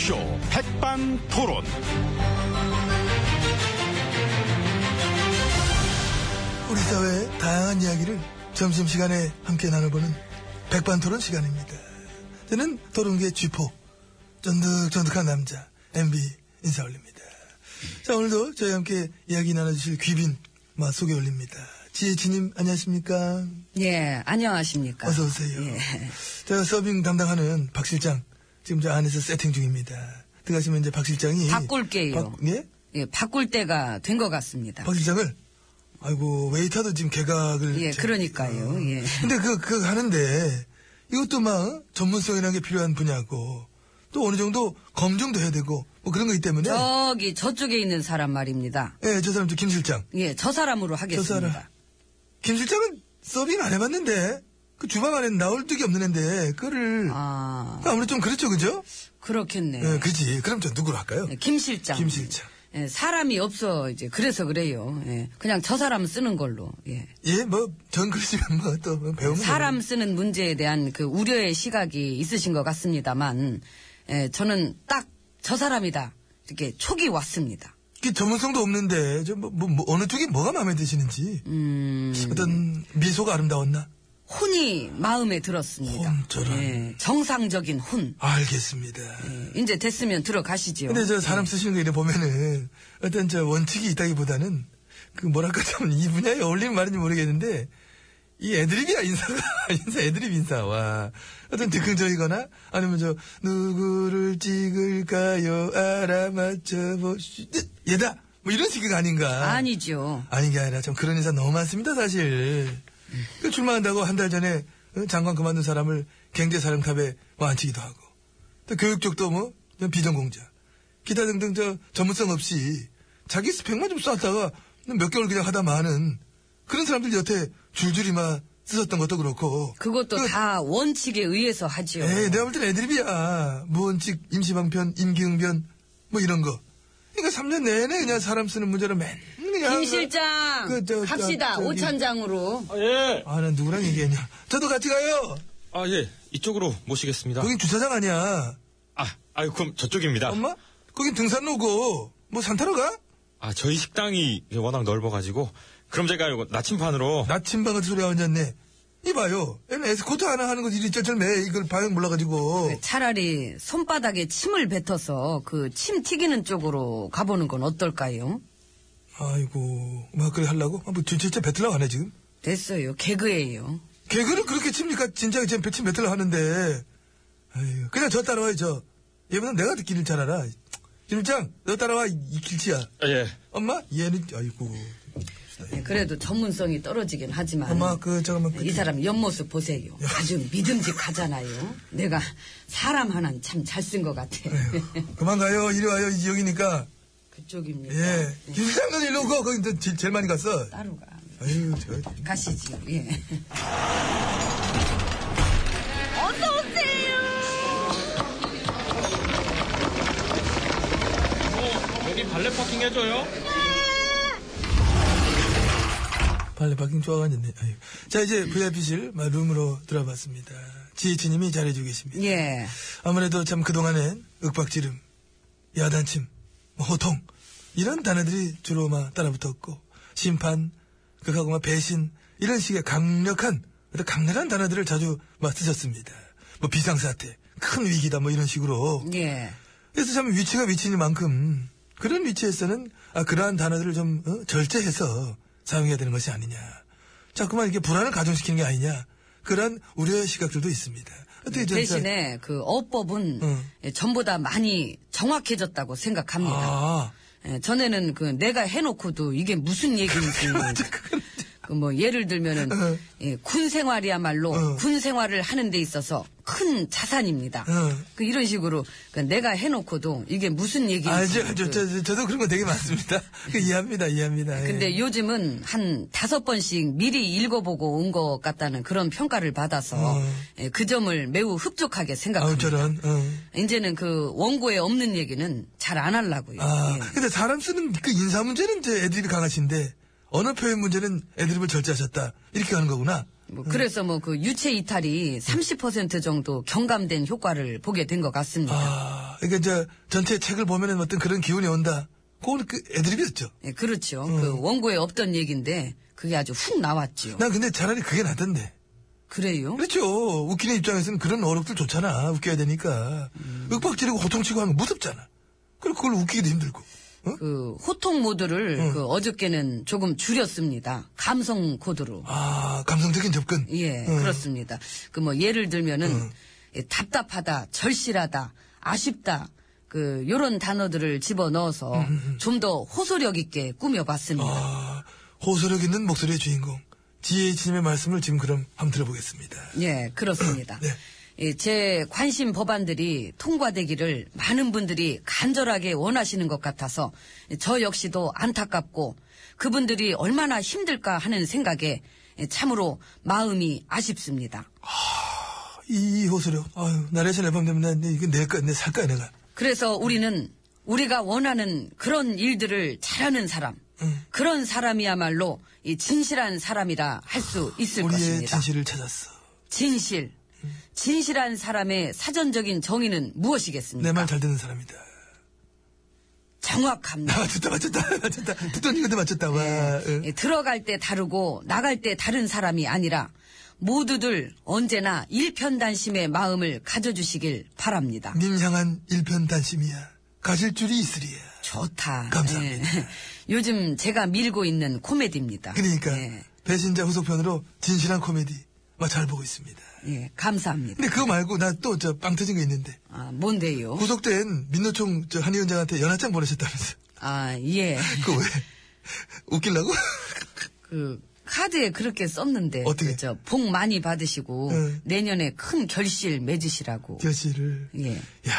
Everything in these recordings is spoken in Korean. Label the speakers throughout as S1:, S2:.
S1: 쇼 백반 토론.
S2: 우리 사회의 다양한 이야기를 점심시간에 함께 나눠보는 백반토론 시간입니다. 저는 토론계 쥐포, 쫀득쫀득한 남자, MB 인사 올립니다. 자, 오늘도 저희 함께 이야기 나눠주실 귀빈, 마, 소개 올립니다. 지혜진님, 안녕하십니까?
S3: 예, 안녕하십니까.
S2: 어서오세요.
S3: 예.
S2: 제가 서빙 담당하는 박 실장, 지금 저 안에서 세팅 중입니다. 들어가시면 이제 박 실장이.
S3: 바꿀게요.
S2: 박- 예?
S3: 예, 바꿀 때가 된 것 같습니다.
S2: 박 실장을 아이고 웨이터도 지금 개각을
S3: 예,
S2: 지금-
S3: 그러니까요,
S2: 어.
S3: 예.
S2: 근데 그 그 하는데 이것도 막 어? 전문성이라는 게 필요한 분야고 또 어느 정도 검증도 해야 되고 뭐 그런 거기 때문에
S3: 저기, 저쪽에 있는 사람 말입니다.
S2: 예, 저 사람 저김 실장.
S3: 예, 저 사람으로
S2: 저 사람.
S3: 하겠습니다.
S2: 김 실장은 서빙 안 해봤는데 그 주방 안에 나올 적이 없는 앤데 그를
S3: 아,
S2: 아무래도 좀 그렇죠, 그죠?
S3: 그렇겠네.
S2: 예, 그지. 그럼 저 누구로 할까요?
S3: 예, 김 실장.
S2: 김 실장.
S3: 예, 사람이 없어, 이제. 그래서 그래요. 예, 그냥 저 사람 쓰는 걸로. 예.
S2: 예, 뭐 전 그러시면 뭐또 배우면
S3: 사람 쓰는 문제에 대한 그 우려의 시각이 있으신 것 같습니다만, 예, 저는 딱 저 사람이다. 이렇게 촉이 왔습니다.
S2: 그 전문성도 없는데 저 뭐, 뭐, 뭐 어느 쪽이 뭐가 마음에 드시는지
S3: 음.
S2: 어떤 미소가 아름다웠나?
S3: 혼이 마음에 들었습니다.
S2: 혼, 저런.
S3: 예, 정상적인 혼.
S2: 알겠습니다.
S3: 예, 이제 됐으면 들어가시지요.
S2: 근데 저
S3: 예.
S2: 사람 쓰시는 거 이래 보면은 어떤 저 원칙이 있다기보다는 그 뭐랄까 좀 이 분야에 어울리는 말인지 모르겠는데 이 애드립이야 인사가 인사 애드립 인사 와 어떤 즉흥적이거나 아니면 저 누구를 찍을까요 알아맞혀 보시 얘다 뭐 이런 식이 아닌가
S3: 아니죠.
S2: 아닌 게 아니라 참 그런 인사 너무 많습니다, 사실. 그 출마한다고 한 달 전에 어, 장관 그만둔 사람을 경제사령탑에 뭐 앉히기도 하고, 또 교육 쪽도 뭐 그냥 비전공자, 기타 등등 저 전문성 없이 자기 스펙만 좀 쌓다가 몇 개월 그냥 하다 마는 그런 사람들 여태 줄줄이 막 쓰셨던 것도 그렇고.
S3: 그것도
S2: 그- 예, 네.
S3: 다 원칙에 의해서 하지요.
S2: 에이, 내가 볼 땐 애드립이야. 무원칙, 임시방편, 임기응변, 뭐 이런 거. 그러니까 3년 내내 그냥 사람 쓰는 문제로 맨날 그냥.
S3: 김 실장
S2: 그, 저, 저,
S3: 갑시다
S2: 저기-
S3: 오천장으로.
S4: 아, 예.
S2: 아, 난 누구랑 얘기했냐. 저도 같이 가요!
S4: 아, 예. 이쪽으로 모시겠습니다.
S2: 거긴 주차장 아니야.
S4: 아, 아유, 그럼 저쪽입니다.
S2: 엄마? 거긴 등산로고, 뭐 산타러 가?
S4: 아, 저희 식당이 이제 워낙 넓어가지고. 그럼 제가 이거 나침반으로.
S2: 나침반 같은 소리 하고 앉았네. 이봐요. 얘는 에스코트 하나 하는 거 일이 쩔쩔매. 이걸 방향 몰라가지고.
S3: 그 차라리 손바닥에 침을 뱉어서 그 침 튀기는 쪽으로 가보는 건 어떨까요?
S2: 아이고, 막 그래 하려고? 아, 뭐, 진짜 진짜 뱉으려고 하네, 지금.
S3: 됐어요 개그예요.
S2: 개그를 그렇게 칩니까? 진작에 지금 배치 뱉으려고 하는데. 아이고, 그냥 저 따라와요, 저. 얘보다 내가 듣기를 잘 알아. 김장, 너 따라와, 이, 이 길치야.
S4: 아, 예.
S2: 엄마? 얘는, 아이고.
S3: 예, 그래도 전문성이 떨어지긴 하지만
S2: 엄마, 그, 잠깐만. 그,
S3: 이 사람 옆모습 보세요. 아주 믿음직하잖아요. 내가 사람 하나는 참 잘 쓴 것 같아.
S2: 그만 가요. 이리 와요. 이제 여기니까.
S3: 그쪽입니다.
S2: 예.
S3: 예,
S2: 김장근 일로 오고, 거기 제- 제- 제일 많이 갔어.
S3: 따로 가.
S2: 아유, 저,
S3: 가시지요. 예.
S4: 여기 발레 파킹 해줘요?
S2: 발레 바킹 좋아가졌네. 아유. 자, 이제 VIP실 룸으로 들어봤습니다. 지혜치님이 잘해주고 계십니다.
S3: 예.
S2: 아무래도 참 그동안엔 윽박지름, 야단침, 뭐 호통, 이런 단어들이 주로 막 따라붙었고, 심판, 극하고 막 배신, 이런 식의 강력한, 어떤 강렬한 단어들을 자주 막 쓰셨습니다. 뭐 비상사태, 큰 위기다, 뭐 이런 식으로.
S3: 예.
S2: 그래서 참 위치가 위치인 만큼 그런 위치에서는 아, 그러한 단어들을 좀 어? 절제해서 사용해야 되는 것이 아니냐. 자꾸만 이렇게 불안을 가중시키는 게 아니냐. 그런 우려의 시각들도 있습니다. 어떻게 저는 잘-
S3: 네, 대신에 그 어법은
S2: 응.
S3: 예, 전보다 많이 정확해졌다고 생각합니다.
S2: 아,
S3: 예, 전에는 그 내가 해놓고도 이게 무슨 얘기인지. 그 뭐 예를 들면은
S2: 어.
S3: 예, 군 생활이야말로
S2: 어.
S3: 군 생활을 하는 데 있어서 큰 자산입니다.
S2: 어.
S3: 그 이런 식으로 그 내가 해놓고도 이게 무슨 얘기인지.
S2: 알죠. 저,
S3: 그 네.
S2: 저, 저, 저도 그런 거 되게 많습니다. 그 이해합니다. 이해합니다. 예.
S3: 근데 요즘은 한 다섯 번씩 미리 읽어보고 온 것 같다는 그런 평가를 받아서
S2: 어.
S3: 예, 그 점을 매우 흡족하게
S2: 아우,
S3: 생각합니다.
S2: 저런. 어.
S3: 이제는 그 원고에 없는 얘기는 잘 안 하려고요.
S2: 아,
S3: 예.
S2: 근데 사람 쓰는 그 인사 문제는 이제 애드립이 강하신데, 언어 표현 문제는 애드립을 절제하셨다. 이렇게 하는 거구나.
S3: 뭐 그래서 뭐 그 유체 이탈이 30% 정도 경감된 효과를 보게 된 것 같습니다.
S2: 아, 그러니까 이제 전체 책을 보면은 어떤 그런 기운이 온다. 그건 그 애드립이었죠.
S3: 예, 그렇죠. 그 원고에 없던 얘기인데 그게 아주 훅 나왔지요.
S2: 난 근데 차라리 그게 낫던데.
S3: 그래요?
S2: 그렇죠. 웃기는 입장에서는 그런 어록들 좋잖아. 웃겨야 되니까.
S3: 음.
S2: 윽박지르고 호통치고 하면 무섭잖아. 그리고 그걸 웃기기도 힘들고. 어?
S3: 그 호통 모드를 그 어저께는 조금 줄였습니다. 감성 코드로.
S2: 아, 감성적인 접근.
S3: 예,
S2: 어.
S3: 그렇습니다. 그 뭐 예를 들면은 예, 답답하다, 절실하다, 아쉽다. 그 요런 단어들을 집어 넣어서 좀 더 호소력 있게 꾸며봤습니다.
S2: 아, 호소력 있는 목소리의 주인공. 지혜진님의 말씀을 지금 그럼 한번 들어보겠습니다.
S3: 예, 그렇습니다.
S2: 네.
S3: 예, 제 관심 법안들이 통과되기를 많은 분들이 간절하게 원하시는 것 같아서 저 역시도 안타깝고 그분들이 얼마나 힘들까 하는 생각에 예, 참으로 마음이 아쉽습니다.
S2: 이, 이 호소력. 아유, 나레이션 앨범 되면 난 이거 낼 거야. 내 살 거야, 내가.
S3: 그래서 우리는 우리가 원하는 그런 일들을 잘하는 사람,
S2: 음.
S3: 그런 사람이야말로 이 진실한 사람이라 할 수 있을
S2: 우리의
S3: 것입니다.
S2: 진실을 음. 찾았어.
S3: 진실. 진실한 사람의 사전적인 정의는 무엇이겠습니까?
S2: 내 말 잘 듣는 사람이다.
S3: 정확합니다.
S2: 아, 맞췄다, 맞췄다, 맞췄다. 듣던 이건데 맞췄다. 와. 응.
S3: 예, 들어갈 때 다르고 나갈 때 다른 사람이 아니라 모두들 언제나 일편단심의 마음을 가져주시길 바랍니다.
S2: 님 향한 일편단심이야. 가실 줄이 있으리야.
S3: 좋다.
S2: 감사합니다.
S3: 예. 요즘 제가 밀고 있는 코미디입니다.
S2: 그러니까
S3: 예,
S2: 배신자 후속편으로 진실한 코미디 막 잘 보고 있습니다.
S3: 예, 감사합니다.
S2: 근데 그거 말고 나 또 저 빵 터진 거 있는데
S3: 아, 뭔데요?
S2: 구속된 민노총 저 한의원장한테 연하장 보내셨다면서
S3: 아, 예.
S2: 그거 왜 웃길라고?
S3: 그 카드에 그렇게 썼는데
S2: 어떻게? 네.
S3: 그죠? 복 많이 받으시고
S2: 응.
S3: 내년에 큰 결실 맺으시라고.
S2: 그 여씨를
S3: 예.
S2: 야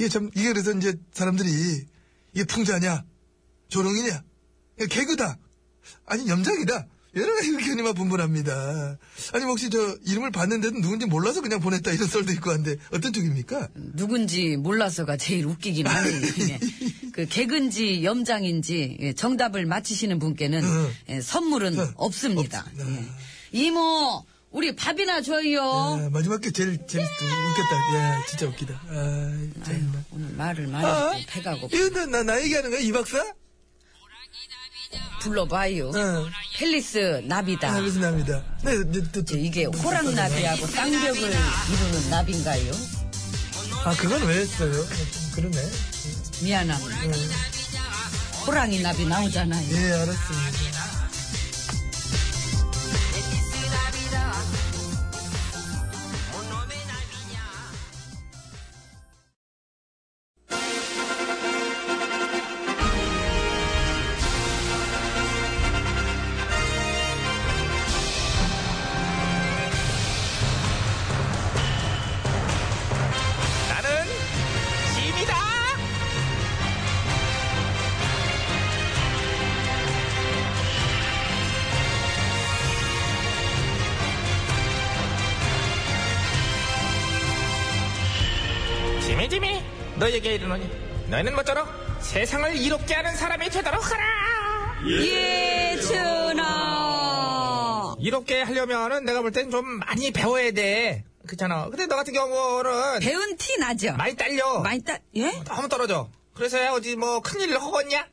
S2: 이게 참 이게 그래서 이제 사람들이 이게 풍자냐 조롱이냐 이게 개그다 아니 염장이다 여러 가지 의견이만 분분합니다. 아니 뭐 혹시 저 이름을 봤는데도 누군지 몰라서 그냥 보냈다 이런 썰도 있고 한데 어떤 쪽입니까?
S3: 누군지 몰라서가 제일 웃기긴 하네요. 예. 그 개근지 염장인지 예, 정답을 맞히시는 분께는
S2: 응.
S3: 예, 선물은
S2: 응.
S3: 없습니다.
S2: 없습니다.
S3: 예. 이모 우리 밥이나 줘요.
S2: 아, 마지막 게 제일 재밌 웃겼다. 야, 진짜 웃기다. 아, 참나.
S3: 오늘 말을 많이
S2: 아,
S3: 했더니 배가 고파.
S2: 이거 나, 나 얘기하는 거야, 이 박사?
S3: 불러봐요.
S2: 응.
S3: 펠리스 나비다.
S2: 어, 아, 그래서 납니다. 네, 네, 또, 또.
S3: 이제 이게 호랑나비하고 쌍벽을 이루는 나비인가요?
S2: 아, 그건 왜 했어요? 아, 좀 그러네.
S3: 미안합니다. 호랑이 나비 나오잖아요.
S2: 예, 알았습니다.
S5: 나는 짐이다. 짐이 짐이 너에게 이르노니 너희는 모쪼록 세상을 이롭게 하는 사람이 되도록 하라.
S3: 예, 전하.
S5: 이롭게 하려면은 내가 볼 땐 좀 많이 배워야 돼. 그렇잖아. 근데 너 같은 경우는
S3: 배운 티 나죠?
S5: 많이 딸려.
S3: 많이 따, 예?
S5: 너무 떨어져. 그래서야 어디 뭐 큰일 허겄냐?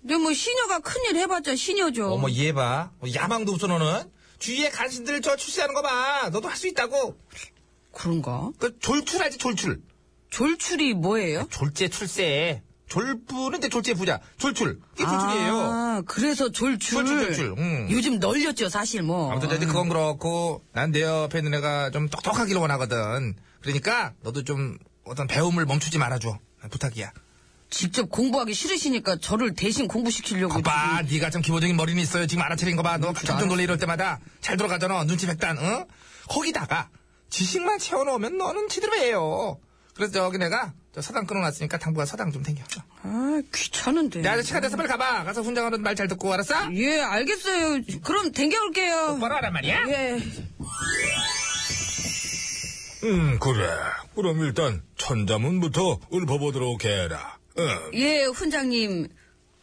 S3: 근데 뭐 시녀가 큰일 해봤자 시녀죠.
S5: 어머 얘 봐. 뭐 야망도 없어 너는. 주위에 간신들 저 출시하는 거 봐. 너도 할 수 있다고.
S3: 그런가?
S5: 그 졸출하지 졸출.
S3: 졸출이 뭐예요?
S5: 졸제 출세. 졸부는 이제 졸제 부자. 졸출. 이게 졸출이에요.
S3: 아, 그래서 졸출.
S5: 졸출, 졸출, 응.
S3: 요즘 널렸죠, 사실 뭐.
S5: 아. 무튼 이제 그건 그렇고 난 내 옆에 있는 애가 좀 똑똑하기를 원하거든. 그러니까 너도 좀 어떤 배움을 멈추지 말아줘. 부탁이야.
S3: 직접 공부하기 싫으시니까 저를 대신 공부시키려고.
S5: 거봐, 네가 참 기본적인 머리는 있어요. 지금 알아차린 거 봐. 너 깜짝 놀래 이럴 때마다 잘 돌아가잖아. 눈치 백단, 응? 거기다가 지식만 채워넣으면 너는 지대로 해요. 그래서 저기 내가 저 서당 끊어놨으니까 당분간 서당 좀 댕겨.
S3: 아, 귀찮은데.
S5: 내 아저씨가 돼서 빨리 가봐. 가서 훈장하는 말 잘 듣고 알았어?
S3: 예, 알겠어요. 그럼 댕겨올게요.
S5: 바로 음. 하란 말이야?
S3: 예.
S6: 음, 그래. 그럼 일단 천자문부터 읊어보도록 해라. 응,
S3: 예, 훈장님.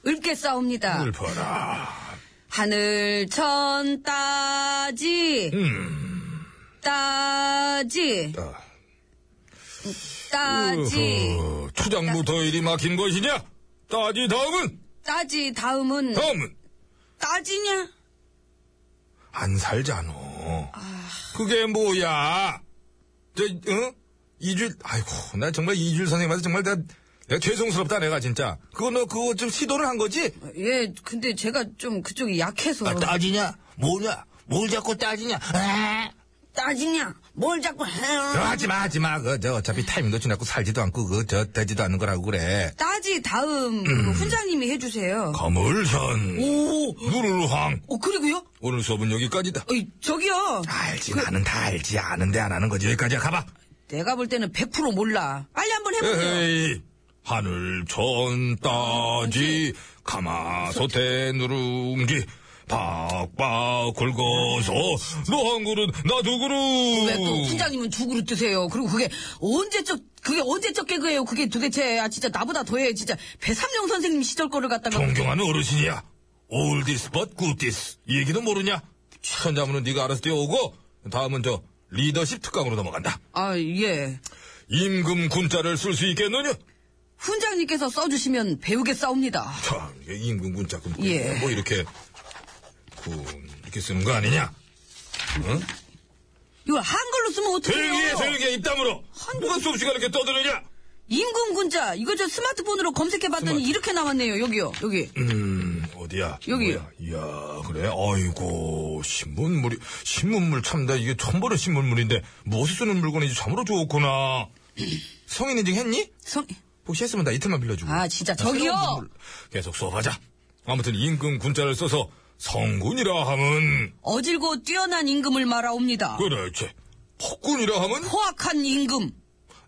S3: 읊게 싸웁니다.
S6: 읊어라.
S3: 하늘 천
S5: 음.
S3: 따지 따지
S6: 아.
S3: 따지
S5: 어, 초장부터 일이 막힌 것이냐? 따지 다음은
S3: 따지 다음은
S5: 다음은
S3: 따지냐?
S5: 안 살잖아. 그게 뭐야? 저, 응? 이줄, 아이고, 나 정말 이줄 선생님한테 정말 나, 내가 죄송스럽다, 내가 진짜. 그거 너 그거 좀 시도를 한 거지?
S3: 예, 근데 제가 좀 그쪽이 약해서
S5: 아, 따지냐? 뭐냐? 뭘 자꾸 따지냐? 아!
S3: 따지냐? 뭘 자꾸
S5: 저 하지 마, 하지 마. 그, 저, 어차피 타이밍도 지났고 살지도 않고, 그, 저, 되지도 않는 거라고 그래.
S3: 따지 다음 그 훈장님이 해주세요.
S5: 거물현.
S3: 오,
S5: 누르황.
S3: 어 그리고요?
S5: 오늘 수업은 여기까지다.
S3: 어이, 저기요.
S5: 알지, 나는 다 알지. 아는데 안 하는 거지. 여기까지야, 가봐.
S3: 내가 볼 때는 100% 몰라. 빨리 한번 해보세요.
S5: 에헤이. 하늘 천 따지 가마솥에 누룽지 박박 굵어서 너 한 그릇 나 두
S3: 왜 또
S5: 그릇
S3: 훈장님은 두 그릇 드세요. 그리고 그게 언제적 그게 언제적 개그예요. 그게 도대체 아 진짜 나보다 더해 진짜 배삼룡 선생님 시절 거를 갖다가
S5: 존경하는 어르신이야 올디스 but 굿디스 이 얘기는 모르냐 천자문은 네가 알아서 뛰어오고 다음은 저 리더십 특강으로 넘어간다
S3: 아 예.
S5: 임금 군자를 쓸 수 있겠느냐
S3: 훈장님께서 써주시면 배우겠사옵니다.
S5: 참 이게 임금 군자 그뭐
S3: 예.
S5: 이렇게 군 이렇게 쓰는 거 아니냐
S3: 이걸 한글로 쓰면 어떡해요?
S5: 조용히 해, 조용히 해, 입 다물어. 뭐가 수업시간에 이렇게 떠드느냐?
S3: 임금군자 이거 저 스마트폰으로 검색해봤더니 이렇게 나왔네요. 여기요. 여기.
S5: 음, 어디야?
S3: 여기.
S5: 뭐야? 이야, 그래? 아이고, 신문물이, 신문물 참다. 이게 처음 보는 신문물인데, 무엇을 쓰는 물건인지 참으로 좋구나.
S2: 성인 인증 했니?
S3: 성...
S2: 혹시 했으면 나 이틀만 빌려주고.
S3: 아 진짜 저기요.
S5: 신문물. 계속 수업하자. 아무튼 임금 군자를 써서 성군이라 하면,
S3: 어질고 뛰어난 임금을 말하옵니다.
S5: 그렇지. 폭군이라 하면,
S3: 포악한 임금.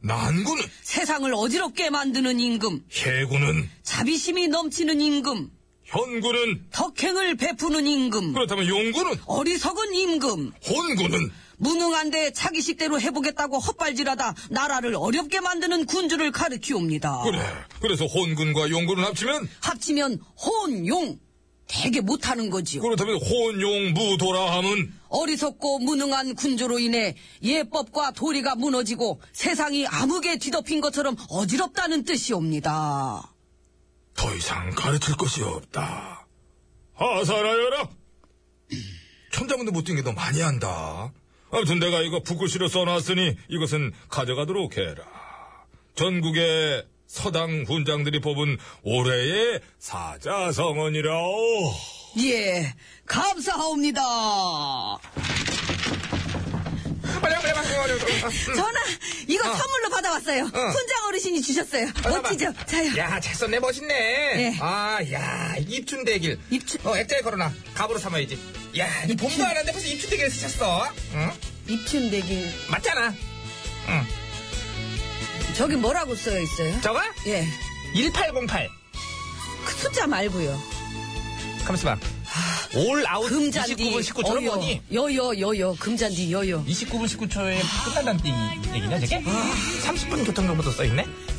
S5: 난군은,
S3: 세상을 어지럽게 만드는 임금.
S5: 해군은,
S3: 자비심이 넘치는 임금.
S5: 현군은,
S3: 덕행을 베푸는 임금.
S5: 그렇다면 용군은,
S3: 어리석은 임금.
S5: 혼군은,
S3: 무능한데 자기식대로 해보겠다고 헛발질하다 나라를 어렵게 만드는 군주를 가르키옵니다.
S5: 그래. 그래서 혼군과 용군을 합치면,
S3: 합치면 혼용. 되게 못하는 거지요.
S5: 그렇다면 혼용무도라 함은
S3: 어리석고 무능한 군주로 인해 예법과 도리가 무너지고 세상이 암흑에 뒤덮인 것처럼 어지럽다는 뜻이옵니다.
S5: 더 이상 가르칠 것이 없다. 하살하여라. 천자문도 못 듣는 게 너 많이 한다. 아무튼 내가 이거 붓글씨로 써놨으니 이것은 가져가도록 해라. 전국의 서당 훈장들이 뽑은 올해의 사자성언이라오.
S3: 예, 감사합니다.
S1: 빨리 와, 빨리 와, 빨리 와, 빨리 와.
S3: 전하, 이거 선물로 받아왔어요. 훈장 어르신이 주셨어요. 멋지죠? 자요.
S1: 야, 잘 썼네, 멋있네.
S3: 네.
S1: 아, 야, 입춘대길.
S3: 입춘-
S1: 어, 액자에 걸어놔. 갑으로 삼아야지. 야, 이 봄도 안 왔는데 벌써 입춘대길 쓰셨어. 응?
S3: 예. 입춘대기.
S1: 맞잖아.
S3: 저기 뭐라고 써여 있어요?
S1: 저거?
S3: 예,
S1: 1808.
S3: 그 숫자 말고요.
S1: 잠시만. 올 아웃
S3: 금잔디.
S1: 29분 19초는
S3: 어여,
S1: 뭐니?
S3: 여여, 여여. 금잔디, 여여.
S1: 29분 19초에 끝난다는 얘기냐, 저게? 30분 교통정보도 써있네?